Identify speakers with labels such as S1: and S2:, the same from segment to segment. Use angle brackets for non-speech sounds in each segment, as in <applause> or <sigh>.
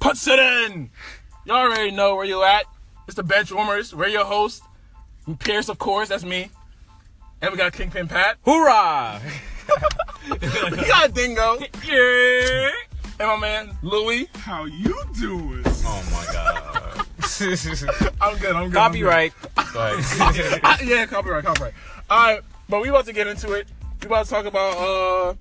S1: Puts it in. Y'all already know where you at. It's the bench warmers. We're your host. Pierce, of course, that's me. And we got Kingpin Pat.
S2: Hoorah!
S1: <laughs> we got Dingo.
S2: Yeah.
S1: And my man, Louie.
S3: How you doing?
S4: Oh my god.
S3: <laughs>
S1: I'm good, I'm good. I'm good. <laughs>
S2: Copyright.
S4: Like,
S1: I- yeah, copyright, copyright. Alright, but we about to get into it. We about to talk about uh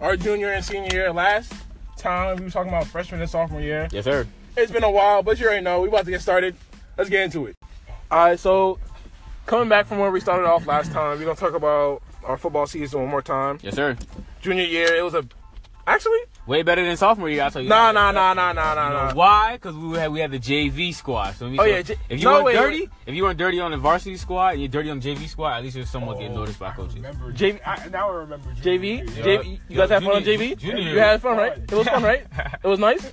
S1: our junior and senior year. Last time we were talking about freshman and sophomore year.
S2: Yes, sir.
S1: It's been a while, but you already know. We about to get started. Let's get into it. All right, so coming back from where we started off last time, we're gonna talk about our football season one more time.
S2: Yes, sir.
S1: Junior year, it was a actually
S2: Way better than sophomore year. I tell you.
S1: nah
S2: that.
S1: nah nah nah nah
S2: You
S1: nah
S2: know
S1: nah.
S2: Why? Because we had we had the JV squad. So, let me
S1: Oh,
S2: say-
S1: yeah, J-
S2: if you
S1: no,
S2: weren't
S1: wait,
S2: dirty,
S1: wait.
S2: if you weren't dirty on the varsity squad and you're dirty on JV squad, at least you're somewhat getting noticed by
S1: Oh,
S2: coaches.
S3: Remember,
S1: JV
S3: I, now I remember.
S1: JV
S3: Junior.
S1: JV. You guys had fun on
S2: Junior-
S1: JV.
S2: junior
S1: You
S2: year.
S1: had fun, right? It was fun, right? It was
S2: <laughs>
S1: nice.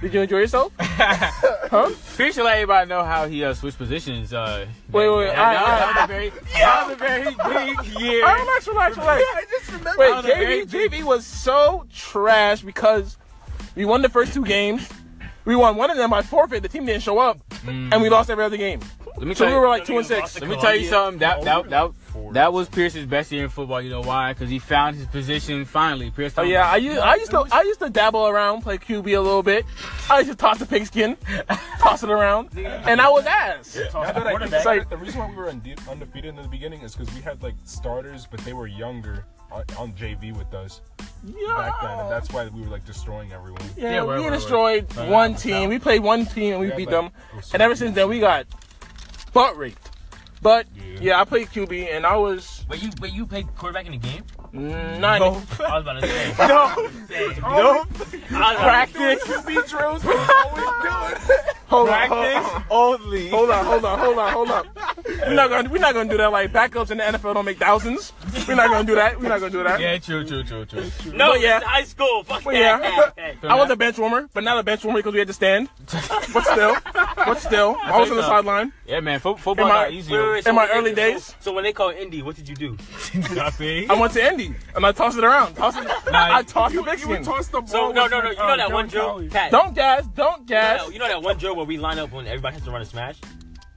S1: Did you enjoy yourself? Huh?
S2: Pretty sure let everybody know how he uh, switched positions. Uh,
S1: Wait, wait, wait.
S2: that-
S1: I-
S2: that-
S1: I- Oh.
S2: that was a very,
S1: <laughs>
S2: that was a very big year.
S1: All right, relax, relax, relax.
S3: I just remember.
S1: Wait,
S2: That was a
S1: JV,
S2: very big-
S1: JV was so trash because we won the first two games. We won one of them by forfeit. The team didn't show up, and we lost every other game.
S2: Let
S1: Hmm.
S2: me
S1: So
S2: tell
S1: we
S2: you,
S1: were like
S4: I
S1: two and
S4: think we
S1: six.
S4: lost
S2: let me tell you
S4: Columbia.
S2: something. That that that,
S4: Four.
S2: that was Pierce's best year in football. You know why? Because he found his position finally. Pierce.
S1: Oh yeah, I used, I used to I used to dabble around, play QB a little bit. I used to toss the pigskin, <laughs> toss it around, and I was ass.
S3: Now that I think
S1: It's
S3: about
S1: like-
S3: it, the reason why we were unde- undefeated in the beginning is because we had like starters, but they were younger on, on JV with us back then, and
S1: Yeah,
S3: that's why we were like destroying everyone.
S1: yeah,
S2: Yeah, right,
S1: we
S2: right, right.
S1: destroyed one team. We played one team and we
S3: Yeah,
S1: beat
S3: but-
S1: them.
S3: it was so
S1: And ever
S3: good.
S1: since then, we got butt raped. But
S3: Yeah.
S1: yeah, I played QB and I was
S2: But you, but you played quarterback in the game.
S1: nine.
S2: I was about
S1: <laughs>
S2: to say.
S1: No,
S3: Nope.
S1: practice.
S3: QB drills was always doing.
S1: Hold on, hold
S2: Practice only.
S1: hold on, hold on, hold on, hold on. We're not gonna, we're not gonna do that. Like backups in the NFL don't make thousands. We're not gonna do that. We're not gonna do that.
S2: Yeah, true, true, true, true.
S5: No,
S1: But yeah.
S5: it's high school. Fuck
S1: But
S5: that.
S1: yeah.
S5: Hey, hey.
S1: I was a bench warmer, but not a bench warmer because we had to stand. But still, but still, I was on the sideline
S2: Yeah, man, fo- football
S1: Am I-
S2: got easier.
S5: Wait, wait,
S1: in my
S5: when
S1: early
S5: they-
S1: days.
S5: So when they call Indy, what did you do?
S2: Nothing.
S1: I went to Indy and I tossed it around. Tossed it, I tossed the big
S3: You
S1: skin.
S3: would toss the ball.
S5: So no,
S3: with,
S5: no, no.
S3: like,
S5: You know
S3: um,
S5: that one drill,
S3: Joey Colley.
S5: Pat.
S1: Don't gas, don't
S5: You know
S1: gas.
S5: that- You know that one drill where we line up when everybody has to run a smash?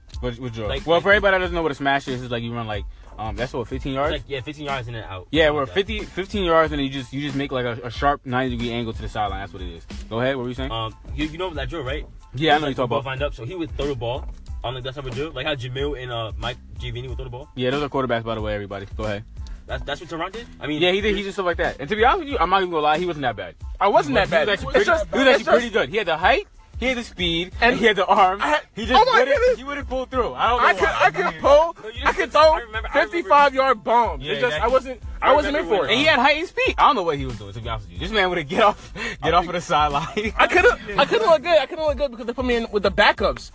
S5: It's
S2: What, what drill?
S5: Like-
S2: well,
S5: like-
S2: for everybody that doesn't know what a smash is, it's like you run like, um, that's what 15 yards.
S5: like yeah, 15 yards in and out.
S2: yeah, we're
S5: Like that.
S2: 50, 15 yards, and you just you just make like a, a sharp 90 degree angle to the sideline. That's what it is. Go ahead. What were you
S1: Uh,
S2: saying?
S5: Um, you, you know that drill, right?
S2: yeah, I know you talk
S5: Ball
S2: about.
S5: lined up. So he would throw the ball on like that type of drill, like how Jamil and uh Mike Giovini would throw the ball.
S2: Yeah, those are quarterbacks, by the way. Everybody, go ahead.
S5: That's that's what Teron did. I mean,
S2: Yeah, he did. He did stuff like that. And to be honest with you, I'm not even gonna lie, he wasn't that bad.
S1: I wasn't that
S2: He was
S1: bad.
S2: actually
S1: It's
S2: pretty,
S1: just,
S2: he was actually
S1: it's just-
S2: pretty good. He had the height, he had the speed, and,
S1: And-
S2: he had the arms.
S1: I had-
S2: he just
S1: Oh my
S2: wouldn't,
S1: goodness.
S2: he wouldn't pull through. I don't know
S1: I could,
S2: why.
S1: I could pull,
S5: No, you
S1: I
S5: just-
S1: could throw
S5: I remember- I remember-
S1: 55 yard bombs.
S2: Yeah,
S1: it just, I
S2: exactly.
S1: wasn't, I wasn't meant
S5: remember
S1: for
S5: when-
S1: it.
S2: and he had height and speed. I don't know what he was doing. To be honest with you, this man would have get off, <laughs> get off of the sideline.
S1: I could have, I couldn't look good. I couldn't look good because they put me in with the backups.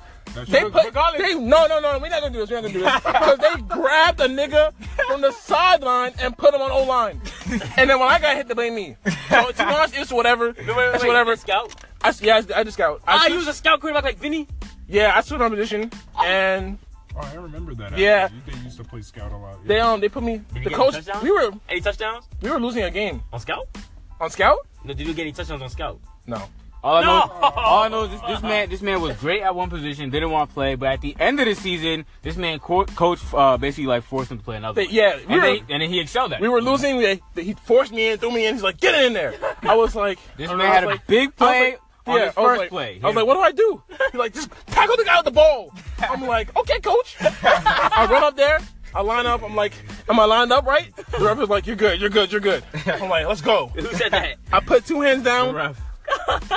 S1: They
S2: true.
S1: put,
S2: Regardless-
S1: they, no, no, no, we're not gonna do this. We're not gonna do this because they grabbed a nigga from the sideline and put him on O line. And then when I got hit, they blame me. So to be honest, it's whatever.
S5: wait,
S1: it's
S5: wait,
S1: whatever.
S5: wait, Scout.
S1: I, yeah, I, I just got.
S5: Ah,
S1: I
S5: he was
S1: switched,
S5: a scout quarterback like Vinny.
S1: yeah, I switched my position, and
S3: Oh, I remember that.
S1: Yeah.
S3: actually. they used to play scout a lot.
S1: they um they put me.
S5: you
S1: The
S5: get a
S1: coach.
S5: touchdown?
S1: We were
S5: Any touchdowns
S1: we were losing a game
S5: on scout?
S1: on scout.
S5: No, did you get any touchdowns on scout?
S1: No.
S2: All I know,
S5: No!
S2: all I know is this, this man. This man was great at one position, didn't want to play, but at the end of the season, this man co- coach uh, basically like forced him to play another.
S1: They-
S2: one.
S1: yeah,
S2: and,
S1: we were-
S2: they, and then he excelled at. it.
S1: We were losing. They, they, he forced me in, threw me in. He's like, get in there. I was like,
S2: This
S1: I
S2: man
S1: was
S2: had a
S1: like-
S2: big
S1: I was
S2: play
S1: like-
S2: on his
S1: I was
S2: first
S1: like-
S2: play.
S1: I was like, what do I do? He's like, just tackle the guy with the ball. I'm like, okay, coach. I run up there. I line up. I'm like, am I lined up right? The ref is like, you're good, you're good, you're good. I'm like, let's go.
S5: Who
S1: <laughs>
S5: said that?
S1: I put two hands down
S2: Ref.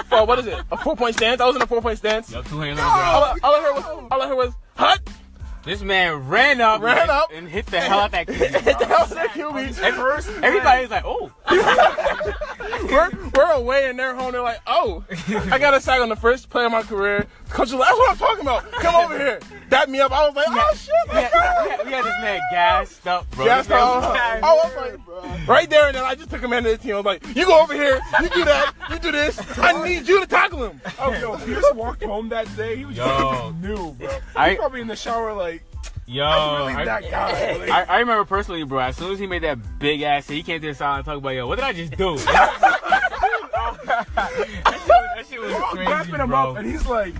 S1: for what is it? A four point stance. I was in a four point stance.
S2: Yup, two hands on the ground.
S1: All, I, all I heard was, all I heard was, hut.
S2: This man ran up,
S1: Ran
S2: and,
S1: up.
S2: and hit the hell out that kid.
S1: <laughs> Hit the hell out of that QB.
S3: first.
S2: Everybody's like, oh,
S1: we're, we're away in their home. They're like, oh, I got a sack on the first play of my career. Coach was like, that's what I'm talking about. Come over here. Dap me up. I was like, oh, shit.
S2: we had, we had- we had this man gassed up, bro.
S1: Gassed
S2: This man
S1: up.
S2: was
S1: I
S2: gassed.
S1: was like, right there and then I just took him into the team. I was like, you go over here, you do that, you do this. I need you to tackle him.
S3: Oh, yo, Pierce walked home that day. He was
S2: Yo.
S3: just <laughs> new, bro. He
S2: I-
S3: probably in the shower like,
S2: Yo,
S3: really
S2: I-
S3: that guy. Like,
S2: I, I remember personally, bro. As soon as he made that big ass, hit, he came to the <laughs>
S3: <laughs>
S2: side and talked about, yo, what did I just do? that shit was, that shit was
S3: That's It's been a
S2: bro.
S3: month, and he's like,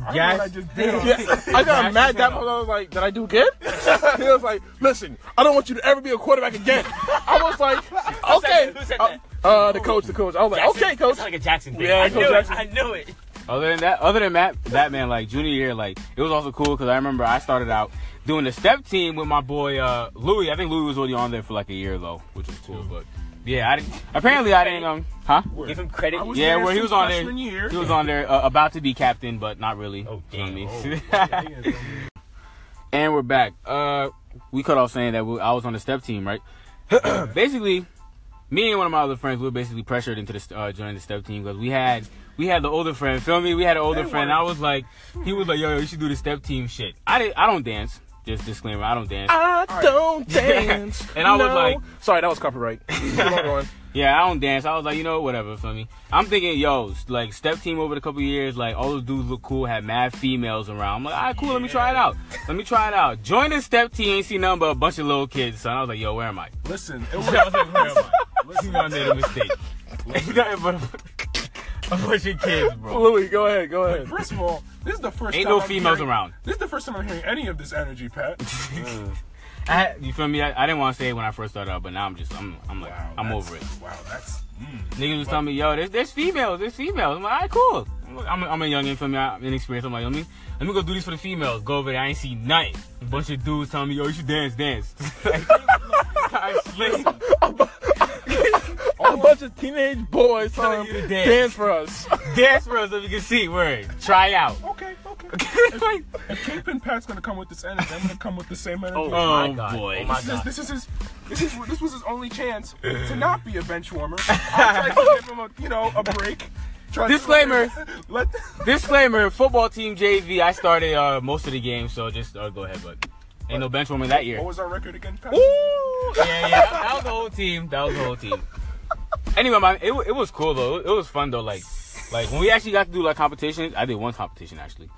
S3: I know
S2: Yes.
S3: what I just did.
S1: Yeah, I got
S2: Back
S1: mad
S2: yourself
S1: that much. I was like, did I do good? <laughs> he was like, listen, I don't want you to ever be a quarterback again. I was like, okay.
S5: Who said
S1: Uh,
S5: that?
S1: Uh, the coach, the coach. I was like,
S5: Jackson?
S1: okay, coach.
S5: That's like a Jackson thing.
S1: Yeah,
S5: I
S1: Coach
S5: knew it.
S1: Jackson.
S5: I knew it.
S2: Other than that, other than that, that man, like junior year, like it was also cool because I remember I started out doing the step team with my boy uh, Louis. I think Louis was already on there for like a year though, which was cool. But yeah, I didn't, apparently I didn't. Um, huh?
S5: Give him credit.
S3: I was
S2: Yeah,
S3: there
S2: where he was
S3: since
S2: on there.
S3: freshman year.
S2: He was on there uh, about to be captain, but not really.
S5: Oh,
S2: You know what I <laughs> mean?
S3: Oh, wow, he is-
S2: and we're back. Uh, we cut off saying that we, I was on the step team, right? basically, me and one of my other friends we were basically pressured into the, uh, joining the step team because we had we had the older friend. Feel me? We had an older friend. I was like, he was like, yo, yo, you should do the step team shit. I did, I don't dance. Just disclaimer, I don't dance.
S1: I <laughs> don't dance.
S2: And I was
S1: no.
S2: like-
S1: sorry, that was <laughs> copyright. Come on, Lauren.
S2: Yeah, I don't dance. I was like, you know, whatever, feel me? I'm thinking, yo, like, step team over the couple years, like, all those dudes look cool, had mad females around. I'm like, all right, cool, let me try it out. Let me try it out. Join the step team, ain't see nothing but a bunch of little kids, son. I was like, yo, where am I?
S3: Listen, <laughs> it
S2: I was
S3: was,
S2: like, where am I? Listen, I made a mistake. Ain't nothing but a- a bunch of kids, bro.
S1: Louis, go ahead, go ahead.
S3: first of all, this is the first
S2: Ain't
S3: time
S2: no
S3: I'm
S2: females
S3: hearing-
S2: around.
S3: This is the first time I'm hearing any of this
S2: <laughs>
S3: energy, Pat.
S2: I had- you feel me? I, I didn't want to say it when I first started out, but now I'm just, I'm, I'm like,
S3: Wow,
S2: I'm
S3: that's-
S2: over it.
S3: Wow, that's. Mm.
S2: Niggas was telling me, yo, there's, there's females, there's females. I'm like, all right, cool. I'm, like- I'm, a- I'm a youngin, feel me? I'm inexperienced. I'm like, let me, let me go do this for the females. Go over there, I ain't see nothing. A bunch of dudes telling me, yo, you should dance, dance. <laughs> Like, I <laughs> slick.
S1: A bunch of teenage boys
S2: Telling
S1: um,
S2: you to
S1: dance.
S2: dance.
S1: for us.
S2: dance for us so we can see, word. Try out. <laughs>
S3: Okay, okay.
S2: Like,
S3: if Kingpin Pat's gonna come with this energy, I'm gonna come with the same energy.
S5: Oh,
S2: oh,
S5: my God.
S2: boy.
S5: Oh my
S3: This is,
S5: God.
S3: this is his. This is this was his only chance to not be a bench warmer. I tried to give him a you know a break. Tried to
S2: Disclaimer.
S3: <laughs> Let, let
S2: Disclaimer, football team JV, I started uh, most of the game, so just uh, go ahead, but ain't no bench woman that year.
S3: what was our record again, Pat?
S2: yeah, yeah. That, that was the whole team. That was the whole team. Anyway, man, it, wa- it was cool though. It, it was fun though. Like, like when we actually got to do like competitions, I did one competition actually.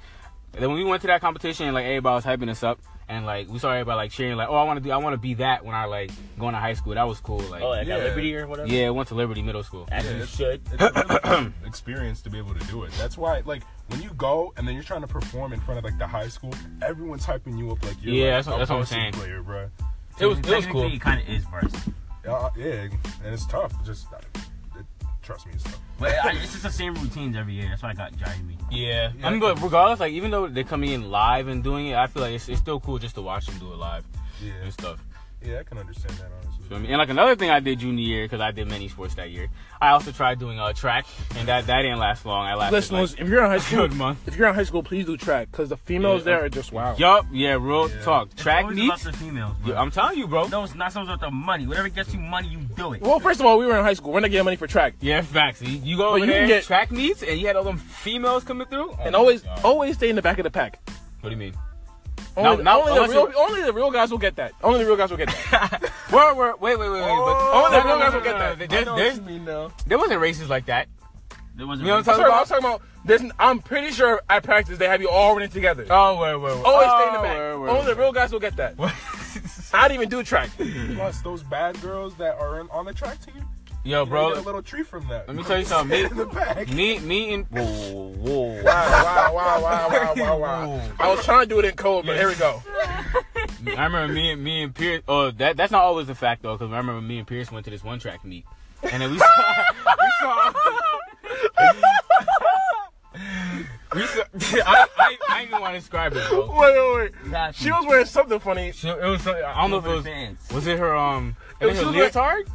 S2: And then when we went to that competition, and, like everybody was hyping us up, and like we saw everybody like cheering, like, "Oh, I want to do, I want to be that." When I like going to high school, that was cool. Like,
S5: Oh, like
S3: Yeah.
S5: at Liberty or whatever?
S2: yeah, I went to Liberty Middle School.
S5: As you should.
S3: It's a really good <coughs> experience to be able to do it. That's why, like, when you go and then you're trying to perform in front of like the high school, everyone's hyping you up like you're
S2: Yeah,
S3: like,
S2: that's what-
S3: a
S2: that's what I'm saying.
S3: varsity Player, bro.
S2: It was, it was cool.
S5: It kind of is first.
S3: Uh, yeah, and it's tough. It's just, uh, it, trust me, it's tough.
S5: But I, it's just the same routines every year. That's why I got driving me.
S2: Yeah. I mean, but regardless, like even though they're coming in live and doing it, I feel like it's, it's still cool just to watch them do it live
S3: Yeah,
S2: and stuff.
S3: yeah, I can understand that
S2: Feel
S3: honestly.
S2: me? And like another thing I did junior year because I did many sports that year. I also tried doing uh, track, and that that didn't last long. I lasted
S1: <laughs> Listen,
S2: like,
S1: listen, if you're in high <laughs>
S2: a
S1: school,
S2: good month.
S1: if you're in high school, please do track because the females
S2: Yeah.
S1: there are just wow.
S2: Yup, yeah, real
S3: Yeah.
S2: talk. Track
S5: Always
S2: meets.
S5: about the females, bro.
S2: Yeah, I'm telling you, bro.
S5: no, it's not so much about the money. Whatever gets you money, you do it.
S1: Well, first of all, we were in high school. We're not getting money for track.
S2: Yeah, facts. You, you go
S1: But
S2: over
S1: you
S2: there,
S1: can get-
S2: track meets, and you had all them females coming through. Oh
S1: And
S2: my
S1: always,
S2: God.
S1: always stay in the back of the pack.
S2: What do you mean?
S1: Only, the-
S2: now-
S1: only the
S2: unless
S1: real,
S2: you-
S1: only the real guys will get that. Only the real guys will get <laughs> that.
S2: Where, where, wait, wait, wait, wait.
S3: Oh,
S2: but,
S1: the real guys will get that.
S2: There's, there's,
S3: mean now.
S2: there wasn't races like that.
S5: There wasn't.
S2: You know what I'm
S1: I'm
S2: talking
S1: sorry, I
S2: about?
S1: was talking about. There's, I'm pretty sure at practice they have you all running together.
S2: Oh, where, where, where?
S1: Always
S2: oh,
S1: stay in the back.
S2: Where, where,
S1: only the real guys will get that. <laughs>
S2: where.
S1: I'd even do track.
S3: Plus, those bad girls that are in, on the track team,
S2: Yo,
S3: you
S2: bro.
S3: get a little treat from that.
S2: Let me tell you something.
S3: in <laughs> the back.
S2: Me, me, me, and whoa, whoa,
S1: Wow,
S2: whoa.
S1: wow, wow, wow, wow, wow, wow. I was trying to do it in code, but here we <laughs> go.
S2: I remember me and me and Pierce. Oh, that that's not always the fact though, because I remember me and Pierce went to this one track meet, and then we saw we saw. we saw I, I, I even want to describe it, bro.
S1: Wait, wait, wait.
S5: Got
S1: She
S5: you.
S1: was wearing something funny.
S2: She, it was some- I don't know if it was <laughs>
S5: Advance.
S2: was it her um I
S1: was
S2: think her
S1: just like-
S2: leotard.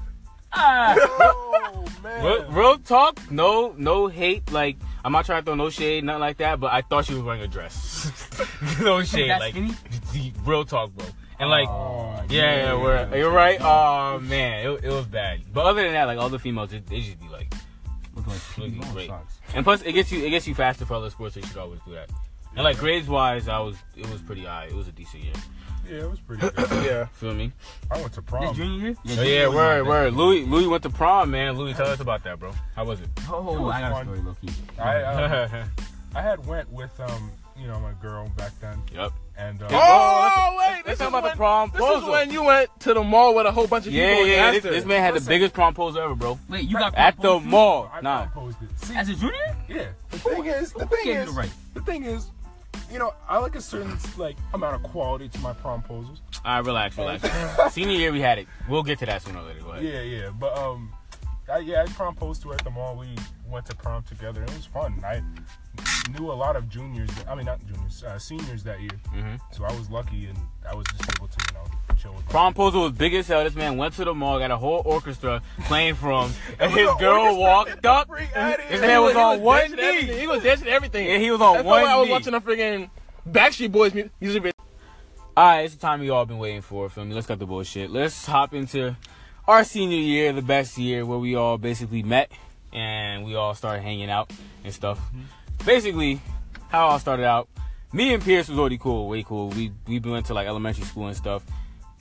S5: Ah.
S3: Oh man.
S2: Real, real talk, no no hate. Like I'm not trying to throw no shade, nothing like that. But I thought she was wearing a dress. <laughs> no shade,
S5: That
S2: like
S5: skinny?
S2: d- d- real talk, bro. And like
S3: Oh,
S2: Yeah, yeah, we're, you're right. Oh man, it, it was bad. But other than that, like all the females, they, they just be like,
S5: Look like
S2: Looking
S5: people
S2: great.
S5: socks.
S2: and plus it gets you, it gets you faster for other sports. So you should always do that. And like grades wise, I was, it was pretty high. It was a decent year.
S3: yeah, it was pretty good.
S1: Yeah.
S2: Feel me?
S3: I went to
S5: This
S3: prom.
S5: junior year?
S2: Oh yeah, word, word. Louis, Louis went to prom, man. Louis, tell us about that, bro. How was it?
S5: Oh, I got
S3: fun.
S5: a story, Loki.
S3: <laughs> I uh,
S2: <laughs> yep.
S3: I had went with um you know my girl back then, And uh,
S1: <laughs> Oh, wait.
S2: They
S1: This
S2: talking
S1: is
S2: about the
S1: when-
S2: prom
S1: This is
S2: proposal.
S1: when you went to the mall with a whole bunch of people
S2: Yeah,
S1: and you
S2: yeah.
S1: asked
S2: This, this
S1: her.
S2: man had the
S6: Listen.
S2: biggest proposal ever, bro.
S6: Wait, you got
S2: At the
S6: proposed?
S2: mall.
S3: I
S2: Nah.
S3: proposed it. See,
S6: As a junior?
S3: yeah. Oh! The thing is, the thing
S6: gave you
S3: is,
S6: the right?
S3: the thing is, you know, I like a certain like amount of quality to my proposals.
S2: All right, relax, relax.
S1: <laughs>
S2: Senior year, we had it. We'll get to that sooner or later. Go ahead.
S3: Yeah, yeah, but um, I, yeah, I promposed to her at the mall. We went to prom together. It was fun. I knew a lot of juniors. I mean, not juniors, uh, seniors that year.
S2: Mhm.
S3: So I was lucky, and I was just able to, you know, chill with.
S2: Prom proposal was big as hell. This man went to the mall, got a whole orchestra
S1: <laughs>
S2: playing from, and
S3: we
S2: his
S3: got
S2: girl
S3: orchestra
S2: walked up.
S3: Free out of
S2: His
S3: here.
S2: man was on one
S1: dancing everything.
S2: knee.
S1: He was dancing everything.
S2: Yeah, he was on
S1: That's
S2: one
S1: why I was
S2: knee.
S1: watching a freaking Backstreet Boys mu- music video.
S2: All right, it's the time you all been waiting for. Feel me? Let's cut the bullshit. Let's hop into our senior year, the best year where we all basically met and we all started hanging out and stuff.
S1: Mm-hmm.
S2: Basically, how it all started out. Me and Pierce was already cool, way cool. We we went to like elementary school and stuff.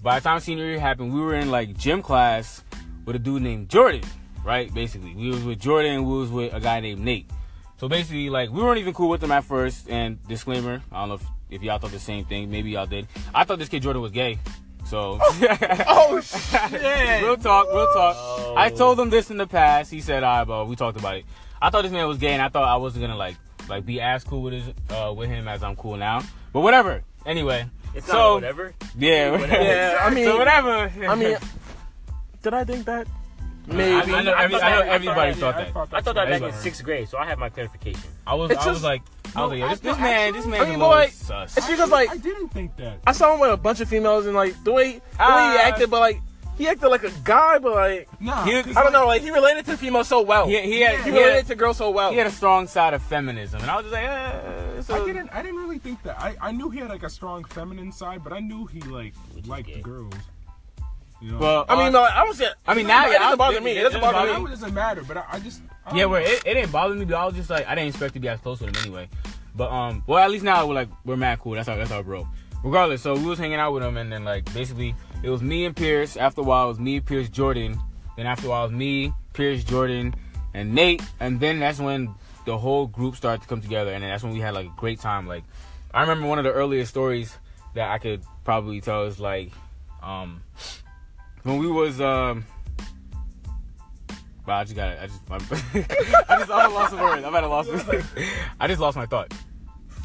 S2: By the time senior year happened, we were in like gym class with a dude named Jordan, right? Basically, we was with Jordan. We was with a guy named Nate. So basically, like we weren't even cool with them at first. And disclaimer, I don't know if, if y'all thought the same thing. Maybe y'all did. I thought this kid Jordan was gay.
S5: <laughs>
S2: So
S1: <laughs> Oh shit!
S2: <laughs> real talk, real talk. I
S5: Oh.
S2: told him this in the past. He said, "I, bro, we talked about it." I thought this man was gay, and I thought I wasn't gonna like like be as cool with his, uh, with him as I'm cool now. But whatever. Anyway,
S5: It's
S2: so
S5: not whatever.
S2: yeah,
S1: Yeah, I mean,
S2: so whatever.
S1: I mean, did I think that?
S2: <laughs> I,
S1: Maybe.
S2: I know, every, I know everybody
S3: Yeah,
S2: thought
S3: I
S2: that.
S5: I
S3: that's
S5: thought that
S3: right.
S5: back in sixth grade, so I had my clarification.
S2: I was,
S1: It's
S2: I was
S1: just-
S2: like, I was like, yo, this, this man, this man,
S1: I
S2: is
S1: mean,
S2: a little
S1: boy,
S2: sus.
S1: It's because like
S3: I didn't think that.
S1: I saw him with a bunch of females and like the way the way
S2: Ah.
S1: he acted, but like he acted like a guy, but like
S3: Nah,
S2: He-
S1: I don't know, like he related to females so well.
S2: He, he had,
S1: He
S2: he, had
S1: related to girls so well.
S2: he had a strong side of feminism, and I was just like, eh, so-
S3: I didn't. I didn't really think that. I, I knew he had like a strong feminine side, but I knew he like liked
S5: gay.
S3: girls. You know?
S2: But,
S1: I
S2: uh,
S1: mean, no, I don't say.
S2: I mean, now
S1: it
S2: yeah, I-
S1: doesn't bother me.
S2: it-
S1: It doesn't
S2: it
S1: bother
S3: I
S1: me.
S3: know it doesn't matter. But I, I just I don't
S2: Yeah,
S3: know.
S2: where it, it didn't bother me, but I was just like, I didn't expect to be as close with him anyway. But um, well, at least now we're like we're mad cool. That's our that's our bro. Regardless, so we was hanging out with him, and then like basically it was me and Pierce. After a while, it was me, Pierce, Jordan. Then after a while, it was me, Pierce, Jordan, and Nate. And then that's when the whole group started to come together, and then that's when we had like a great time. Like I remember one of the earliest stories that I could probably tell is like um when we was um Wow, I just got it. I just, I'm, <laughs> I just, I lost the words. I'm at a loss. I just lost my thought.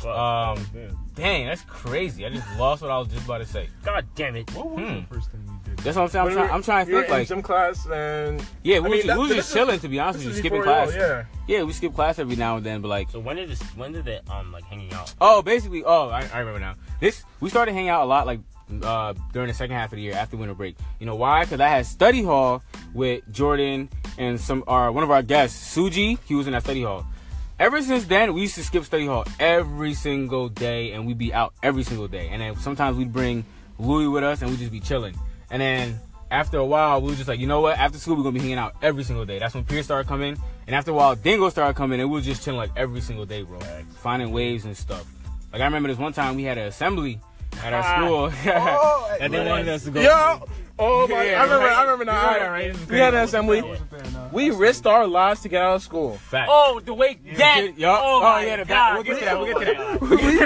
S1: Oh,
S2: Um,
S3: Man,
S2: dang, that's crazy. I just lost what I was just about to say.
S5: God damn it.
S3: what was the
S2: hmm.
S3: first thing we did?
S2: That's what I'm saying. I'm, try, I'm trying to
S1: We were
S2: think
S1: in
S2: like,
S1: gym class and I
S2: yeah, we, was
S1: mean,
S2: just,
S1: that-
S2: we was
S1: this
S2: just
S1: is-
S2: chilling to be honest
S1: this
S2: with
S1: is
S2: you, skipping
S1: before
S2: class.
S1: y'all, Yeah.
S2: yeah, we skip class every now and then, but like,
S5: So when did this? When did it? Um, like hanging out.
S2: Oh, basically. Oh, I, I remember now. This we started hanging out a lot, like uh, during the second half of the year after winter break. You know why? Because I had study hall with Jordan and some our one of our guests, Suji. He was in that study hall. Ever since then, we used to skip study hall every single day, and we'd be out every single day. And then sometimes we'd bring Louis with us, and we'd just be chilling. And then after a while, we were just like, you know what? After school, we're gonna be hanging out every single day. That's when Pierce started coming, and after a while, Dingo started coming, and we were just chilling like every single day, bro, finding waves and stuff. Like I remember this one time we had an assembly at our school, <laughs>
S1: Oh,
S2: and they wanted us to go.
S1: Yo. Oh my!
S2: Yeah,
S1: I remember.
S2: right.
S1: I remember now.
S2: You're right,
S1: Alright.
S2: right. This is
S1: We had an
S2: crazy.
S1: assembly.
S3: I wasn't there. No.
S1: We risked our lives to get out of
S2: <laughs>
S1: school.
S2: Fact.
S5: Oh, the way that.
S2: Yo, oh,
S5: oh, my
S2: yeah, the back.
S5: God.
S2: We'll get to that. We'll get to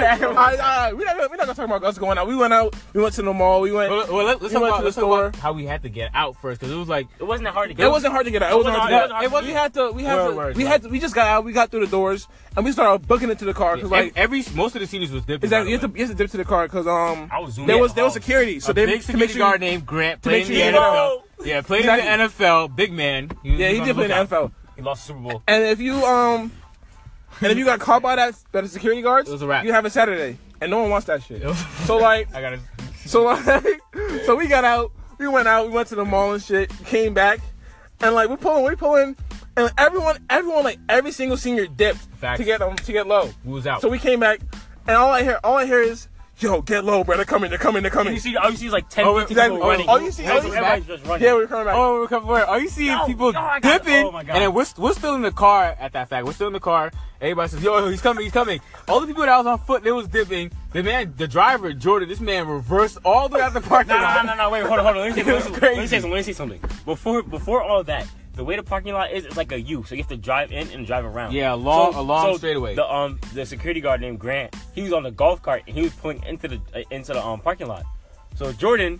S1: <laughs>
S2: that.
S1: we, I, I, we not, we're not gonna talk about us going out. We went out. We went to the mall. We went.
S2: Well, well, let, us
S1: We
S2: talk
S1: went
S2: about,
S1: to
S2: let's
S1: the
S2: talk about
S1: store.
S2: how we had to get out first because it was like
S5: It wasn't that hard to get.
S1: It wasn't hard to get out. It wasn't hard to get out.
S2: It wasn't
S1: We had to. We had
S2: Word,
S1: to.
S2: word,
S1: we
S2: word.
S1: had to. We just got out. We got through the doors and we started booking into the car because like
S2: ev- every most of the seniors was dipping.
S1: exactly you
S2: by the
S1: have,
S2: way.
S1: to, you have to dip to the car because um
S3: I was zooming.
S1: there
S3: in
S1: was
S3: the
S1: there was
S3: hall.
S1: security so
S2: a
S1: they
S2: big
S1: to make
S2: security
S1: sure
S2: guard
S1: you-
S2: named Grant
S1: make
S2: played in the
S1: sure you
S2: NFL. Yeah, played in the
S1: Exactly.
S2: NFL. Big man. He was-
S1: yeah he
S2: was on
S1: did play in the
S2: lookout.
S1: NFL
S5: He lost the Super Bowl.
S1: and if you um and if you got caught by that by the security guards
S2: It was a wrap.
S1: you have a Saturday and no one wants that shit
S2: was-
S5: <laughs>
S1: so like
S2: I gotta.
S1: So like, <laughs> so we got out, we went out, we went to the mall and shit, came back, and like we're pulling, we're pulling, and everyone, everyone, like every single senior dipped
S2: Facts.
S1: to get um, to get low.
S2: We was out.
S1: So we came back, and all I hear, all I hear is, "Yo, get low, bro! They're coming, they're coming, they're coming."
S5: You see, all you see is like 10
S2: Oh, wait,
S5: 15
S1: exactly.
S5: people running.
S1: All you see, all you see,
S2: Everybody-
S5: Everybody's just running.
S1: yeah, we were coming back.
S2: Oh, we're coming where? Are you seeing
S5: Yo,
S2: people
S5: yo, I got it.
S2: dipping?
S5: Oh, my God.
S2: and then we're, we're still in the car at that fact. We're still in the car. Everybody says, "Yo, he's coming, he's coming." All the people that was on foot, they was dipping. The man, the driver, Jordan, this man reversed all the way out the parking
S5: No, no,
S2: lot. <laughs>
S5: no, no, no, wait, hold on, hold on. Let me say,
S2: It was
S5: let me say
S2: crazy.
S5: something. Let me say something. Before, before all that, the way the parking lot is, it's like a U, so you have to drive in and drive around.
S2: Yeah, a long- a long straightaway.
S5: The um, the security guard named Grant, he was on the golf cart and he was pulling into the uh, into the um parking lot. So Jordan,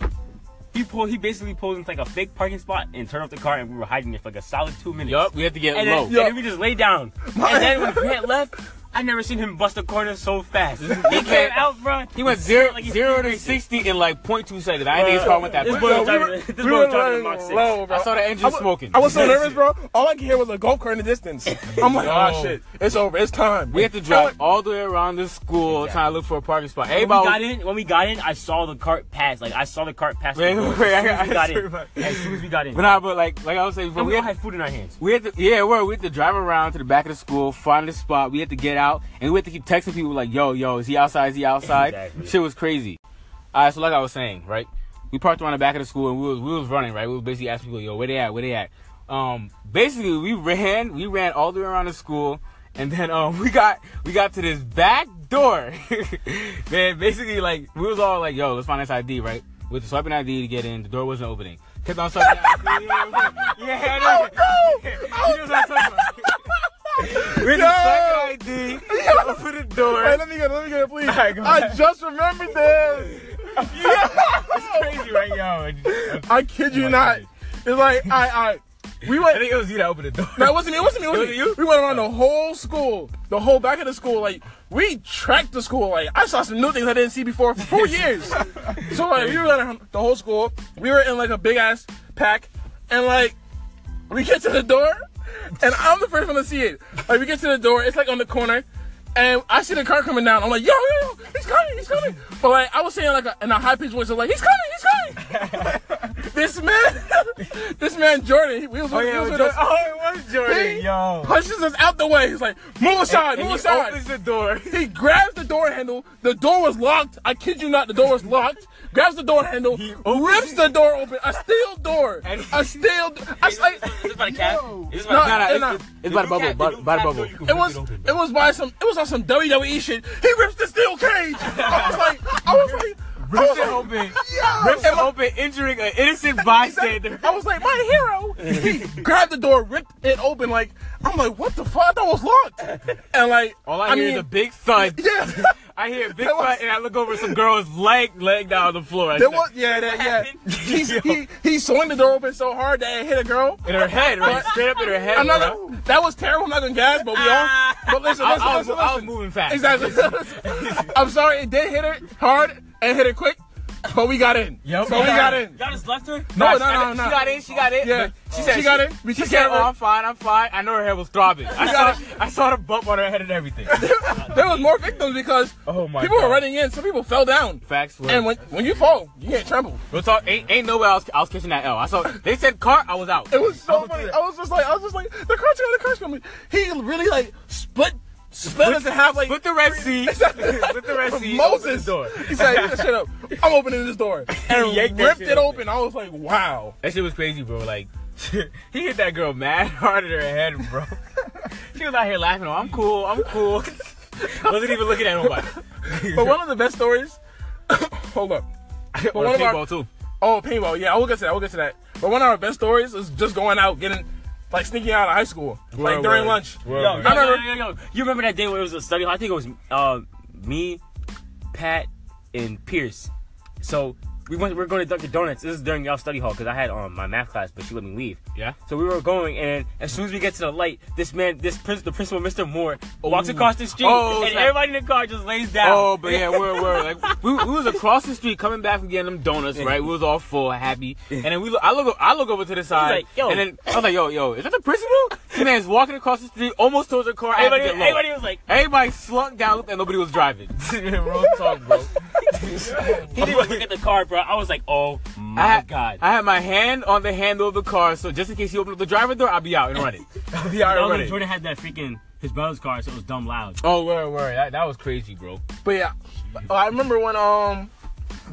S5: he pulled, he basically pulled into like a fake parking spot and turned off the car, and we were hiding there for like a solid two minutes.
S2: Yup, we had to get
S5: And then,
S2: low.
S5: and then we just laid down. And
S2: <laughs>
S5: then when Grant left, I never seen him bust a corner so fast. He came out, bro.
S2: He went zero,
S5: Like he's
S2: zero to
S5: crazy.
S2: 60 in like 0.2 seconds. I think his car went that
S5: This
S2: fast.
S5: boy was
S1: Yo, we
S5: driving,
S1: were-
S5: this
S1: we
S5: boy was
S1: were
S5: driving the Mach
S1: running
S5: 6.
S1: low, bro.
S2: I saw the engine
S1: I wa-
S2: smoking.
S1: I was so nervous, bro. All I could hear was a golf cart in the distance. I'm like,
S2: Yo.
S1: oh shit, it's over, it's time.
S2: We had to
S1: I'm
S2: drive
S1: like,
S2: all the way around the school trying to look for a parking spot.
S5: When we
S2: Everybody
S5: got
S2: was,
S5: in, when we got in, I saw the cart pass. Like I saw the cart pass. the
S2: Wait,
S5: door
S2: wait, I-
S5: as soon as we
S2: I-
S5: got
S2: sorry
S5: in.
S2: about-
S5: As soon as we got in.
S2: but nah, but like like I was saying before,
S5: and we
S2: we
S5: all
S2: had,
S5: had food in our hands.
S2: we had to yeah, we we had to drive around to the back of the school, find the spot. We had to get out, and we had to keep texting people like, "Yo, yo, is he outside? Is he outside?"
S5: Exactly.
S2: Shit was crazy. All right, so like I was saying, right? We parked around the back of the school, and we was we was running, right? We was basically asking people, "Yo, where they at? Where they at?" Um, basically, we ran, we ran all the way around the school, and then um, <laughs> we got we got to this back door. <laughs> Man, basically, like we was all like, "Yo, let's find this ID, right?" With the swiping ID to get in, the door wasn't opening. Kept on swiping. ID.
S1: Oh,
S2: yeah, I know. <laughs> You know what I'm talking
S1: Oh,
S2: about. We just swipe ID, open the door.
S1: Wait, let me get, let me get, please.
S2: right, go
S1: I just remembered
S2: <laughs>
S1: this.
S2: crazy, right, yo?
S1: I kid you not. It's like I, I, we
S2: I
S1: went.
S2: think it was you that opened the door. <laughs>
S1: No, it wasn't me. It wasn't me. It wasn't
S2: It
S1: me.
S2: wasn't you?
S1: We went around the whole school, the whole back of the school. Like we tracked the school. Like I saw some new things I didn't see before for four years. so like we were around the whole school. We were in like a big ass pack, and like we get to the door, and I'm the first one to see it. Like we get to the door, it's like on the corner, and I see the car coming down. I'm like, yo, yo, yo, he's coming, he's coming. But like I was saying like a, in a high pitched voice, I'm like, he's coming, he's coming.
S2: <laughs>
S1: this man, <laughs> this man Jordan, he, we was, he was with us.
S2: oh, it was Jordan,
S1: He
S2: yo.
S1: pushes us out the way. He's like, move aside, move
S2: And he
S1: aside.
S2: opens the door.
S1: he grabs the door handle. The door was locked. I kid you not, the door was locked. Grabs the door handle, rips the door open. A steel door.
S2: And-
S1: a steel. d- I s- like,
S5: Is this about a cat? Is this
S1: No,
S5: about
S2: Nah,
S5: a cat?
S2: nah,
S1: and
S2: it's,
S1: I-
S2: it's, it's by the bubble, by, by the bubble.
S1: it was it was by some it was on some WWE shit. He rips the steel cage. I was like, I was like, I
S2: Rips it
S1: was
S2: open,
S1: like,
S2: rips
S1: yo.
S2: it open, injuring an
S1: <laughs>
S2: innocent bystander.
S1: I was like, my hero. He grabbed the door, ripped it open. Like, I'm like, what the fuck? That was locked. And like,
S2: All I, hear
S1: mean,
S2: is a big thud.
S1: yeah.
S2: <laughs>
S1: <laughs>
S2: I hear a big
S1: That was-
S2: thud, and I look over some girl's leg leg down on the floor. I
S1: There
S2: said-
S1: was, yeah, that, yeah. He's, <laughs> he he swung the door open so hard that it hit a girl.
S2: in her head, right?
S1: But-
S2: Straight up in her head.
S1: I'm not
S2: bro.
S1: gonna, that was terrible. I'm not gonna gas, but we all. But listen,
S2: I,
S1: listen,
S2: I was,
S1: listen,
S2: I was
S1: listen.
S2: moving fast.
S1: Exactly. <laughs> I'm sorry, it did hit her hard and hit her quick, but we got in.
S2: Yup.
S1: so we got in.
S5: Y'all just left her?
S1: No,
S2: Nah,
S1: no, no,
S2: she
S1: no.
S2: got in. She got in.
S1: Yeah.
S2: but She said
S1: She got in. We
S2: She
S1: took
S2: said,
S1: care of her.
S2: "Oh, I'm fine. I'm fine." I know her hair was throbbing. I
S1: got
S2: saw. I saw the bump on her head and
S1: <laughs>
S2: everything.
S1: There was more victims because
S2: Oh my
S1: people
S2: God.
S1: were running in. Some people fell down.
S2: Facts were.
S1: And when when you fall, you get trampled.
S2: we'll talk. Ain't, ain't no way I was, I was catching that L. I saw. They said car. I was out.
S1: It was so funny. I was just like, I was just like, the car's coming, the car's coming. He really like split, split us in half, like
S2: With the
S1: <laughs>
S2: Red Sea. With the Red Sea. open
S1: Moses.
S2: the door.
S1: He said, shut up. I'm opening this
S2: <laughs>
S1: door. And
S2: yanked that
S1: ripped
S2: shit
S1: it open.
S2: open.
S1: I was like, wow.
S2: <laughs> That shit was crazy, bro. Like, <laughs> he hit that girl mad <laughs> hard in her head, bro. <laughs> she was out here laughing. Oh, I'm cool. I'm cool. <laughs> Wasn't even looking at nobody.
S1: But one of the best stories, <coughs> hold
S2: <laughs>
S1: up.
S2: But
S1: one of our-
S2: too.
S1: Oh, paintball. Yeah, I will get to that. I will get to that. But one of our best stories is just going out, getting, like, sneaking out of high school. like,
S2: Word,
S1: during
S2: word.
S1: lunch. <laughs>
S2: Word,
S5: Yo,
S2: word.
S5: yo, yo, yo,
S1: remember-
S5: yo, yo. You remember that day when it was a study hall? I think it was uh, me, Pat, and Pierce. So we went. We are going to Dunkin' Donuts. This is during y'all study hall because I had um, my math class, but she let me leave.
S2: Yeah.
S5: So we were going, and as soon as we get to the light, this man, this prin- the principal, Mr. Moore, walks across the street,
S2: Oh,
S5: and
S2: snap.
S5: everybody in the car just lays down.
S2: Oh, but yeah, we're, we're like we, we was across the street coming back from getting them donuts, right? We was all full, happy, and then we look, I look I look over to the side,
S5: like, yo.
S2: and then I was like, yo, yo, is that the principal? This man's walking across the street, almost towards the car. I had to
S5: everybody,
S2: get low.
S5: everybody was like,
S2: Everybody slunk down, looked, and nobody was driving. Real talk, bro.
S5: he didn't even look at the car, bro. I was like, oh my
S2: I had,
S5: god.
S2: I had my hand on the handle of the car, so just in case he opened up the driver door, I'll be out and running. I'll be out
S5: That
S2: and
S5: was when
S2: running.
S5: Jordan had that freaking his brother's car, so it was dumb loud.
S2: Oh, word, word. That, that was crazy, bro.
S1: But yeah, I remember when um,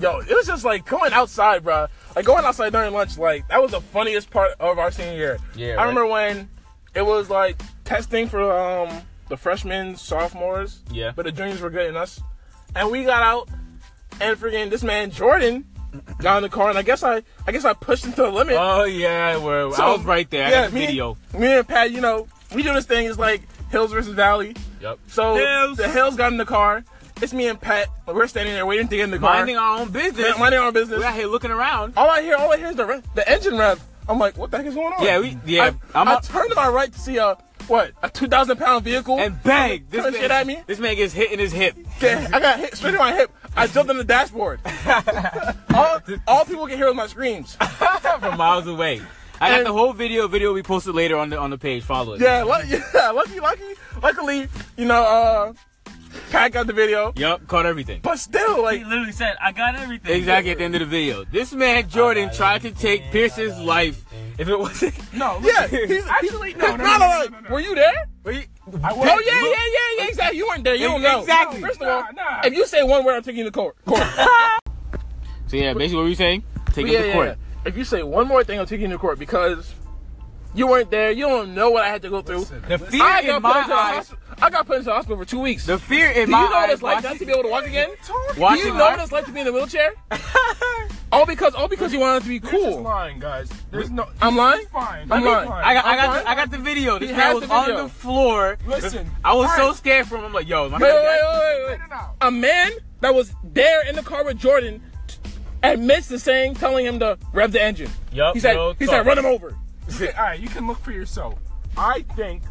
S1: yo, it was just like going outside, bruh. Like going outside during lunch, like that was the funniest part of our senior year.
S2: Yeah,
S1: I
S2: right.
S1: remember when it was like testing for um the freshmen, sophomores.
S2: Yeah.
S1: But the juniors were good in us, and we got out, and freaking this man Jordan got in the car, and I guess I, I guess I pushed him to the limit.
S2: Oh yeah, where I
S1: So,
S2: was right there. I got the
S1: me,
S2: video.
S1: Me and Pat, you know, we do this thing. It's like hills versus valley.
S2: Yep.
S1: So
S2: Hills.
S1: the hills got in the car. It's me and Pat. We're standing there waiting to get in the car.
S2: Minding our own business.
S1: minding our business.
S2: We're out here looking around.
S1: all I hear, all I hear is the re- the engine rev. I'm like, what the heck is going on?
S2: Yeah, we- yeah,
S1: I,
S2: I'm
S1: I
S2: up-
S1: turned to my right to see a what a 2,000 pound vehicle.
S2: And
S1: <laughs>
S2: bang! This
S1: Throwing
S2: man,
S1: shit at me?
S2: This man gets hit in his hip.
S1: Yeah, I got hit straight in my hip. I jumped on the
S2: <laughs>
S1: dashboard. all, all people can hear was my screams.
S2: from miles away. I got
S1: And-
S2: the whole video. Video we posted later on the on the page. Follow it.
S1: Yeah, lu- <laughs> yeah, lucky, lucky, luckily, you know, uh, Pat got the video.
S2: Yup. Caught everything.
S1: But still, like,
S5: He literally said, "I got everything."
S2: Exactly at the end of the video. This man Jordan tried to take Pierce's life. If
S1: <laughs>
S2: it wasn't,
S3: No,
S1: yeah,
S2: <laughs>
S3: listen,
S1: he's
S3: actually no, no,
S1: no, no, no, Were you there?
S3: I
S1: Oh
S3: was,
S1: yeah, yeah, yeah, yeah. Exactly. You weren't there. You don't know.
S2: Exactly.
S1: First of all,
S3: Nah, nah.
S1: if you say one word, I'm taking you to court. court.
S2: <laughs> so yeah, basically what were you saying? Take it
S1: yeah,
S2: to
S1: yeah,
S2: court.
S1: yeah. If you say one more thing, I'm taking you to court because you weren't there. You don't know what I had to go through.
S2: The fear
S1: I
S2: in
S1: got
S2: my
S1: put into the
S2: eyes.
S1: hospital. I got put into the hospital for two weeks.
S2: The fear in
S1: Do
S2: my
S1: you know what
S2: eyes.
S1: it's like not to
S2: watching-
S1: be able to walk again? Do
S2: Watching
S1: you know
S2: my-
S1: what it's like to be in a wheelchair? all because all because you wanted to be
S3: He's just
S1: cool.
S3: lying, guys. There's no.
S1: I'm lying?
S3: He's fine.
S1: I'm
S3: He's
S1: lying.
S3: fine.
S2: I got, I
S1: I'm
S2: got,
S1: fine.
S2: the, I got the video. This
S1: He
S2: man
S1: has
S2: was
S1: the
S2: on
S1: video.
S2: the floor.
S3: Listen,
S2: I was so
S3: alright.
S2: scared for him. I'm like, yo, my
S1: Wait, wait, wait, wait, wait.
S3: Cut it out.
S1: A man that was there in the car with Jordan t- admits to saying, telling him to rev the engine.
S5: Yup,
S1: He said,
S5: Uh, no
S1: he said,
S5: talk.
S1: run him over.
S3: all right, you can look for yourself. I think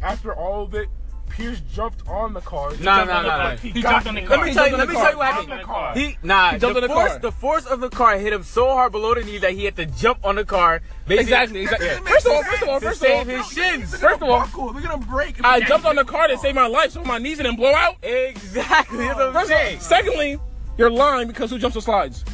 S3: after all of it, Pierce jumped on the car. He
S2: Nah,
S3: jumped
S2: nah,
S3: on the
S2: nah,
S3: car.
S2: nah.
S3: He
S5: He
S3: got
S5: jumped on the
S3: me.
S5: car.
S2: Let me tell you. Let me tell you what
S3: Jumped on the
S2: happened.
S3: car.
S2: He nah.
S1: jumped
S2: the,
S1: on the
S2: force,
S1: car.
S2: the force of the car hit him so hard below the knee that he had to jump on the car. Basically,
S1: Exactly. exactly.
S2: Yeah.
S1: First of all, first of all,
S2: To
S1: first of all,
S2: save his shins.
S1: First of all,
S3: Buckle. Look at him break.
S1: I jumped on the car to save my life, so my knees didn't blow out.
S2: <laughs> Exactly. That's what I'm
S1: First of all-
S2: saying.
S1: secondly, you're lying because who jumps the slides?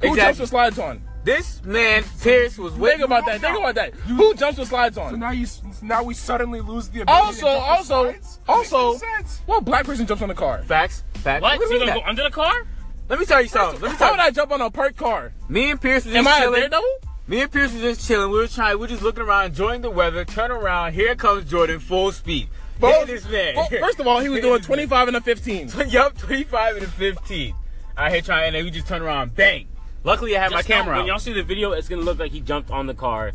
S1: Who jumps
S2: Exactly.
S1: the slides on?
S2: This man Pierce was
S1: Think
S2: waiting.
S1: about that. Think about that. Who jumps the slides on?
S3: So now you, s- now we suddenly lose the ability.
S1: also,
S3: to jump
S1: also,
S3: sides? That makes
S1: also, uh,
S3: no sense.
S1: what black person jumps on the car?
S2: Facts. Facts.
S5: What?
S2: Look at
S5: So you gonna
S2: that.
S5: go under the car?
S2: Let me tell you something. Let me
S1: How
S2: tell
S1: would
S2: you.
S1: I jump on a parked car?
S2: Me and Pierce was
S1: Am
S2: just
S1: I a
S2: chilling.
S1: daredevil?
S2: Me and Pierce was just chilling. We were trying. We were just looking around, enjoying the weather. Turn around. Here comes Jordan, full speed.
S1: Well,
S2: Hit this man.
S1: well, first of all, he was doing 25 and a 15.
S2: <laughs> yup, 25 and a 15. I hit trying, and then we just turned around. Bang. Luckily, I had my
S5: Just know,
S2: camera
S5: When y'all
S2: out.
S5: see the video, it's gonna look like he jumped on the car,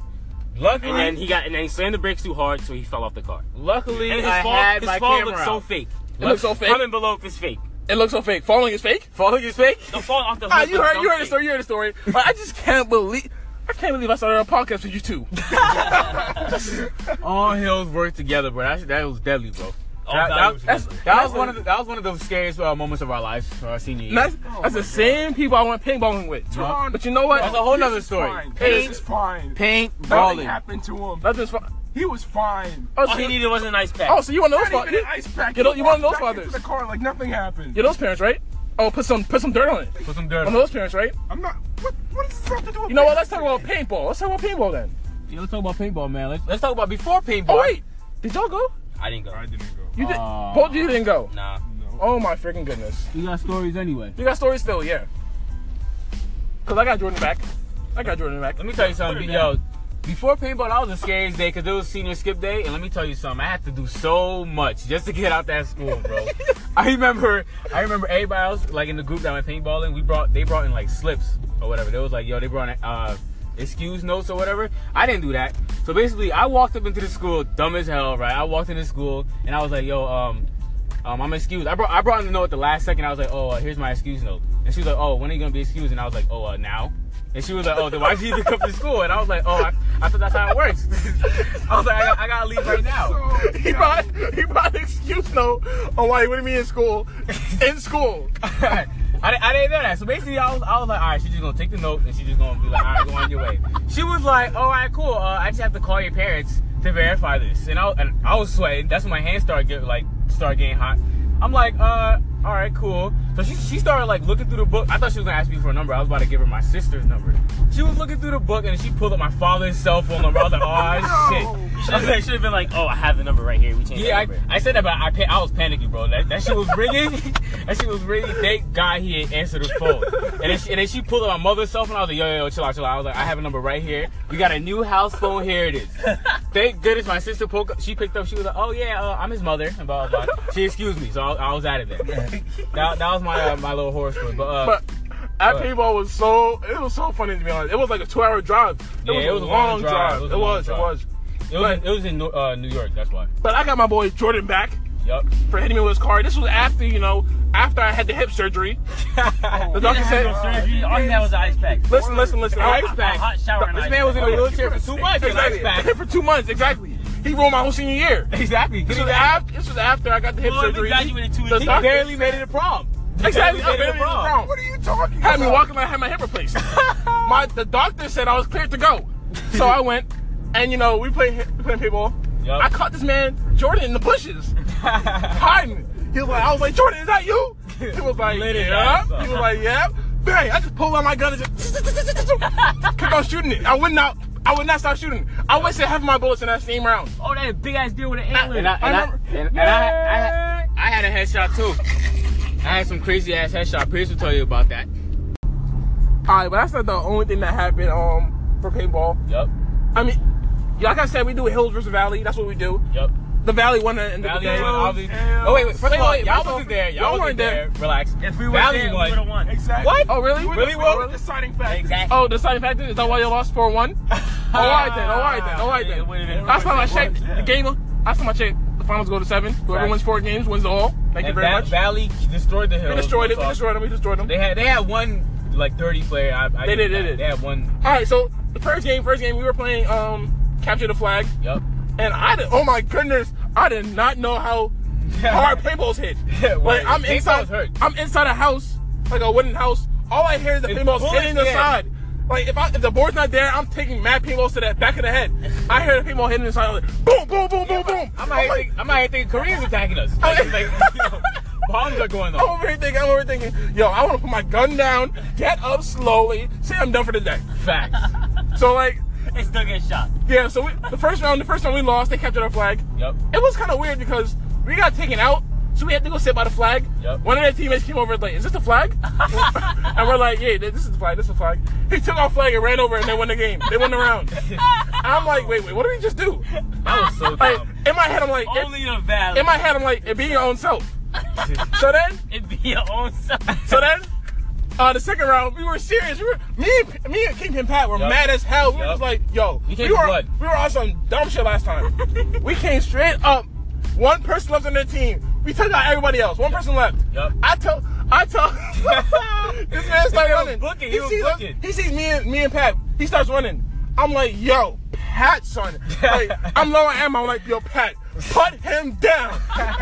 S2: Luckily,
S5: and then he got, and then he slammed the brakes too hard, so he fell off the car.
S2: luckily,
S5: And his
S2: I
S5: fall,
S2: had
S5: his
S2: my
S5: fall
S2: camera
S5: looks
S2: out.
S5: so fake.
S1: It looks so fake.
S5: Coming below is fake.
S1: It looks so fake. Falling is fake.
S2: Falling is fake.
S5: The fall off the.
S1: Ah,
S5: hook
S1: you
S5: was
S1: heard, you
S5: dumb
S1: heard the
S5: fake.
S1: story. You heard the story. But I just can't believe. I can't believe I started a podcast with you two.
S2: All hills work together, bro. That, that was deadly, bro. That,
S5: that
S2: that-
S5: was
S2: that's- that was one of the, that was one of the scariest uh, moments of our lives, for our senior
S1: And
S2: year.
S1: that's that's the same people I went paintballing with.
S2: Huh?
S1: But you know what?
S2: That's a whole
S3: Pierce
S2: nother
S3: is
S2: story.
S3: fine.
S2: Pain-
S3: Pierce is fine.
S2: Paint
S3: Nothing
S2: balling.
S3: happened to him.
S1: Nothing's fun.
S3: He was fine.
S1: Oh,
S5: All
S1: so
S5: he
S1: you-
S5: needed was an ice pack.
S1: oh, so you one of those
S3: Not even
S1: fathers?
S3: an ice pack.
S1: You know-
S3: He
S1: you one of
S3: walked
S1: those
S3: back into
S1: fathers.
S3: The car like nothing happened.
S1: You're those parents, right? Oh, put some put some dirt on it.
S2: Put some dirt
S1: One of those parents, right?
S3: I'm not. What? What does this have to do with?
S1: You know what? Let's talk about paintball. Let's talk about paintball then.
S2: Yeah, let's talk about paintball, man. Let's, let's talk about before paintball.
S1: Oh wait, did y'all go?
S5: I didn't go.
S3: I didn't go.
S1: You did.
S2: Aw.
S1: Both of you didn't go.
S5: Nah.
S1: Oh my freaking goodness.
S2: we got stories anyway.
S1: You got stories still, yeah. Cause I got Jordan back. I got Jordan back. <laughs>
S2: Let me tell you something, yo. Before paintball, that was the scariest day because it was senior skip day, and let me tell you something. I had to do so much just to get out that school, bro. I remember, I remember everybody else like in the group that went paintballing. We brought, they brought in like slips or whatever. They was like, yo, they brought in uh, excuse notes or whatever. I didn't do that. So basically, I walked up into the school, dumb as hell, right? I walked into school and I was like, yo, um, um, I'm excused. I brought, I brought in the note at the last second. I was like, oh, uh, here's my excuse note. And she was like, oh, when are you gonna be excused? And I was like, oh, uh, now. And she was like, oh, then why do you even come to school? And I was like, oh, I, I thought that's how it works. <laughs> I was like, I, got- I gotta leave right now.
S1: He brought he brought an excuse note on why he wouldn't be in school. in school.
S2: I, didn't- <laughs> I didn't know that. So basically, I was, I was like, all right, she's just gonna take the note and she's just gonna be like, all right, go on your way. She was like, all right, cool. Uh, I just have to call your parents to verify this. And I, and I was sweating. That's when my hands started get like started getting hot. I'm like, uh, all right, cool. So she, she started like looking through the book. I thought she was gonna ask me for a number. I was about to give her my sister's number. She was looking through the book and she pulled up my father's cell phone number. I was like, oh shit.
S5: Should have been like, oh, I have the number right here. We changed.
S2: Yeah,
S5: the number.
S2: I, I said that, but I pa- I was panicking, bro. That, that shit was ringing. <laughs> that shit was ringing. Thank God he didn't answer the phone. And then, she, and then she pulled up my mother's cell phone. I was like, yo, yo, yo, chill out, chill out. I was like, I have a number right here. We got a new house phone. Here it is. Thank goodness my sister poke up, she picked up. She was like, oh yeah, uh, I'm his mother. And blah, blah, blah. She excused me, so I, I was out of there. That, that was my uh, my little horror story. But, uh,
S1: But At paintball was so it was so funny to be honest. It was like a two hour drive. It,
S2: Yeah,
S1: was, a long drive. It was.
S2: a
S1: It
S2: long
S1: was.
S2: drive. It was, in, it was in New- uh, New York. That's why.
S1: But I got my boy Jordan back
S2: Yup.
S1: for hitting me with his car. This was after you know after I had the hip
S2: <laughs>
S1: surgery. the doctor said,
S5: Surgery, all he had was an ice pack.
S1: "Listen, listen, listen. I
S2: Ice
S1: was
S2: pack.
S5: A hot shower and
S2: This
S5: ice
S2: man was in
S5: pack.
S2: a wheelchair for two months.
S1: Oh, exactly
S2: Ice
S1: <laughs>
S2: pack.
S1: for two months exactly. He ruined my whole senior
S2: <laughs>
S1: year.
S2: Exactly.
S1: This
S2: Getting
S1: was,
S2: back.
S1: after, this was after I got the hip
S5: Well, we
S1: surgery.
S5: graduated two
S1: The
S5: years
S2: He
S5: ago.
S1: doctor-
S2: barely made it to prom.
S1: Exactly. I
S2: Barely made it
S1: barely
S2: to
S1: was
S2: prom.
S1: wrong.
S6: What are you talking
S1: had me
S6: about?
S1: walking like I had my
S6: <laughs>
S1: hip replaced. my the doctor said I was cleared to go, so I went, and you know we played we played paintball.
S2: Yup.
S1: I caught this man Jordan in the bushes, hiding. He was like, I was like, Jordan, is that you? He was like,
S2: Lit his
S1: yeah.
S2: ass up.
S1: He was like, yeah. Bang! I just pulled out my gun and just <laughs> kept on shooting it. I would not, I would not stop shooting. I wasted half of my bullets in that same round.
S5: Oh, that big ass deal with an antler.
S2: And I and I, and, and I, I, had- I had a headshot too. I had some crazy ass headshot. Pierce will tell you about that.
S1: All right, but that's not the only thing that happened um for paintball.
S2: Yup.
S1: I mean, like I said, we do hills versus valley. That's what we do.
S2: Yup.
S1: The valley won at the end of the
S2: Valley
S1: day.
S2: won, obviously. Oh wait, wait. First of all, y'all wasn't there. Y'all,
S1: weren't
S2: wasn't there. Relax.
S5: if we were
S2: Valley
S5: there, we
S2: won.
S5: would have won.
S3: Exactly.
S2: What?
S1: Oh really?
S2: Really, Will?
S3: Deciding factor.
S5: Exactly.
S1: Oh, the side fact is that why you lost four one? Oh, Alright then, alright then, alright
S2: It would've
S1: then.
S2: been-
S1: Oh, Last time I checked,
S3: Yeah.
S1: the game. Last time I checked, the finals go to seven. Whoever
S2: Facts.
S1: wins four games wins the all. Thank you
S2: And
S1: very
S2: that
S1: much.
S2: Valley destroyed the hill.
S1: We destroyed it. We destroyed them. We destroyed them.
S2: They had they had one like 30 player. I, I
S1: They did, they
S2: They,
S1: did.
S2: had one.
S1: All right, so the first game, first game, we were playing um capture the flag,
S2: Yup.
S1: and I did. Oh my goodness, I did not know how hard paintballs hit.
S2: <laughs> Yeah,
S1: like
S2: right.
S1: I'm
S2: Paintballs
S1: inside,
S2: hurt.
S1: I'm inside a house, like a wooden house. All I hear is the
S2: And
S1: paintballs
S2: bullets
S1: hitting the
S2: there.
S1: side. Like if I, if the board's not there, I'm taking mad paintballs to that back of the head. I hear the paintball hitting the side, I'm like boom, boom, boom, boom, boom.
S2: I might
S1: like,
S2: think I might think Koreans attacking us.
S1: I'm
S2: Like,
S1: like-
S2: like <laughs> bombs are going
S1: I'm
S2: off.
S1: over here thinking, I'm over here thinking, yo, I want to put my gun down, get up slowly, say I'm done for the day.
S2: Facts.
S1: So like,
S5: It's still getting shot.
S1: yeah. So we, the first round, the first round we lost, they captured our flag.
S2: Yup.
S1: It was kind of weird because we got taken out, so we had to go sit by the flag.
S2: Yup.
S1: One of their teammates came over like, "Is this the flag?" and we're like, "Yeah, this is the flag. This is the flag." He took our flag and ran over, and they won the game. They won the round. I'm like, "Wait, wait, what did we just do?"
S2: That was so
S1: Like, <laughs>
S2: dumb.
S1: in my head, I'm like, it-
S5: Only the valley.
S1: in my head, I'm like, it be your own self. so then,
S5: It'd be your own self.
S1: so then. Uh, the second round, we were serious. We were, me, and, me and Kingpin Pat were
S2: Yup.
S1: mad as hell. We were
S2: Yup.
S1: just like, "Yo,
S2: You
S1: we
S2: came
S1: were
S2: for blood.
S1: we were on some dumb shit last
S2: <laughs>
S1: time. we came straight up. One person left on their team. We took out everybody else. One person left.
S2: Yup.
S1: I tell, I tell.
S2: <laughs>
S1: <laughs> this man started
S2: was
S1: running.
S2: booking. He was
S1: sees us-
S2: booking.
S1: he sees me and me and Pat. He starts running. I'm like, yo, Pat, son.
S2: <laughs>
S1: Like, I'm low on ammo. I'm like, yo, Pat, put him down.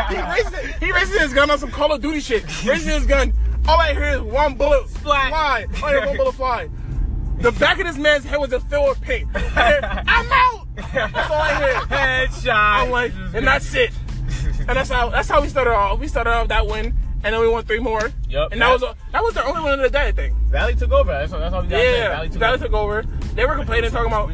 S1: he
S2: <laughs>
S1: raises, he raises his gun on some Call of Duty shit. Raises his gun. All I hear is one bullet
S2: Splat.
S1: fly. All I hear is one bullet fly. The back of this man's head was just filled with paint. I hear, I'm out. That's all I
S2: <laughs>
S1: hear.
S2: Headshot.
S1: I'm like, and that's it. And that's how that's how we started off. We started off that win, and then we won three more.
S2: Yup.
S1: And that was a, that was the only win of the day, I think.
S2: Valley took over. That's, that's all we got. to say.
S1: Yeah.
S2: Valley took
S1: Valley
S2: over.
S1: took over. They were complaining, talking about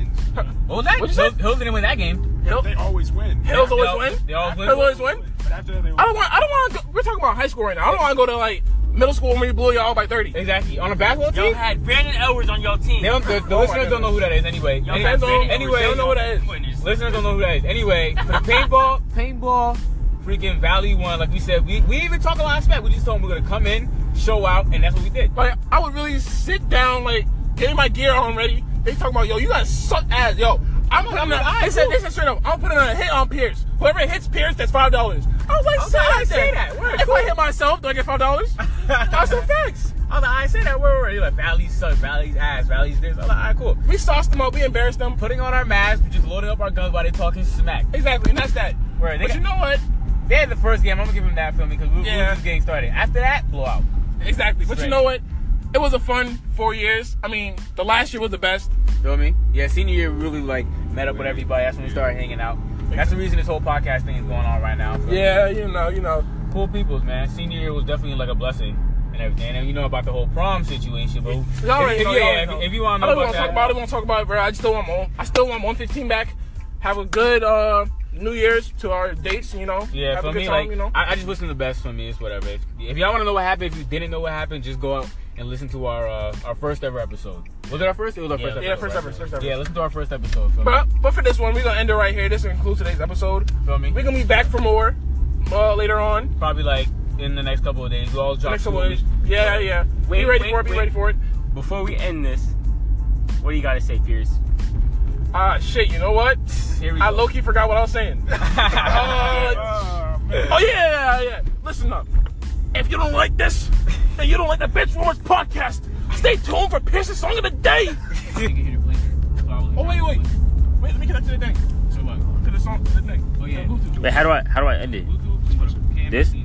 S2: What was that?
S1: What'd you say?
S2: Hills, Hills didn't win that game.
S1: Hill,
S3: They always win.
S1: Hills always
S2: all-
S1: win.
S2: they always win.
S1: Hills always win.
S3: But after that, they
S1: I
S3: win.
S1: don't want. I don't want. to go We're talking about high school right now. I don't want to go to like middle school when we blew y'all by thirty.
S2: Exactly. On a basketball
S5: Y'all
S2: team.
S5: had Brandon Edwards on your team.
S2: They don't, the the
S1: Oh my
S2: listeners don't know who that is anyway.
S5: Y'all
S2: Any-
S5: fans don't-
S2: anyway,
S5: they don't know who
S1: that is.
S2: Listeners don't know who that is. <laughs> Anyway, for the paintball, paintball, freaking Valley won. Like we said, we, we even talk a lot of smack. We just told them we're gonna come in, show out, and that's what we did.
S1: Like I would really sit down, like get my gear on ready. They talking about yo, you gotta suck ass, yo. I'm putting on.
S2: it on
S1: a- They
S2: eyes,
S1: said
S2: too.
S1: they said straight up. I'm putting on a hit on Pierce. Whoever hits Pierce, that's five dollars. I was like,
S2: Okay,
S1: so
S2: I
S1: I
S2: see
S1: said,
S2: that. Word,
S1: if
S2: cool.
S1: I hit myself, do I get five
S2: <laughs>
S1: dollars? I said thanks.
S2: I'm like, I said that word already. Like Valley suck, Valley's ass, Valley's this. I'm like, all right, cool.
S1: We sauced them up. We embarrassed them.
S2: Putting on our masks, we just loading up our guns while they talking smack.
S1: Exactly, and that's that.
S2: Word, they
S1: but
S2: got-
S1: you know what?
S2: They had the first game. I'm gonna give them that for me because we, we
S1: Yeah.
S2: were just getting started. After that, blowout.
S1: Exactly. But you
S2: Straight.
S1: know what? It was a fun four years. I mean, the last year was the best.
S2: Feel me? Yeah, senior year we really like met up with everybody. That's when we started hanging out. That's the reason this whole podcast thing is going on right now. So,
S1: Yeah, you know, you know.
S2: cool peoples, man. Senior year was definitely like a blessing and everything. And you know about the whole prom situation, but if,
S1: Y'all already
S2: if-
S1: know,
S2: yeah,
S1: y'all already
S2: if-
S1: know.
S2: if you want
S1: I
S2: to know
S1: don't want
S2: about
S1: to talk about
S2: that,
S1: it. Want to talk about it, bro? I just still want more. I still want 115 back. Have a good uh, New Year's to our dates. You know.
S2: yeah,
S1: Have
S2: for
S1: a good
S2: me,
S1: time,
S2: like
S1: you know.
S2: I, I just listen to the best for me. It's whatever. If, if y'all want to know what happened, if you didn't know what happened, just go out and listen to our uh, our first ever episode. Was it our first? It was our first.
S1: yeah,
S2: episode,
S1: first
S2: right?
S1: ever, first ever.
S2: Yeah, listen to our first episode. Feel
S1: But
S2: me?
S1: but for this one, we're gonna end it right here. This will conclude today's episode.
S2: Feel me?
S1: We're gonna be back for more uh, later on.
S2: Probably like in the next couple of days. We'll all drop
S1: Next
S2: two
S1: couple of
S2: each.
S1: days. Yeah, yeah.
S5: Wait,
S1: be ready
S5: wait,
S1: for it. Be
S5: wait.
S1: ready for it.
S5: Before we end this, what do you gotta say, Pierce?
S1: Ah, shit. You know what?
S2: Here we
S1: I
S2: go.
S1: low key forgot what I was
S2: <laughs>
S1: saying. Uh,
S3: Oh, man.
S1: oh yeah, yeah, yeah. Listen up. If you don't like this, and you don't like the Bitch Rumors podcast, stay tuned for Pierce's song of the
S2: <laughs>
S1: day. Oh wait, wait, wait. Let me connect to the thing. To the song, to the thing.
S2: Oh, yeah.
S1: To the Bluetooth.
S5: Wait, how do I how do I end it? This?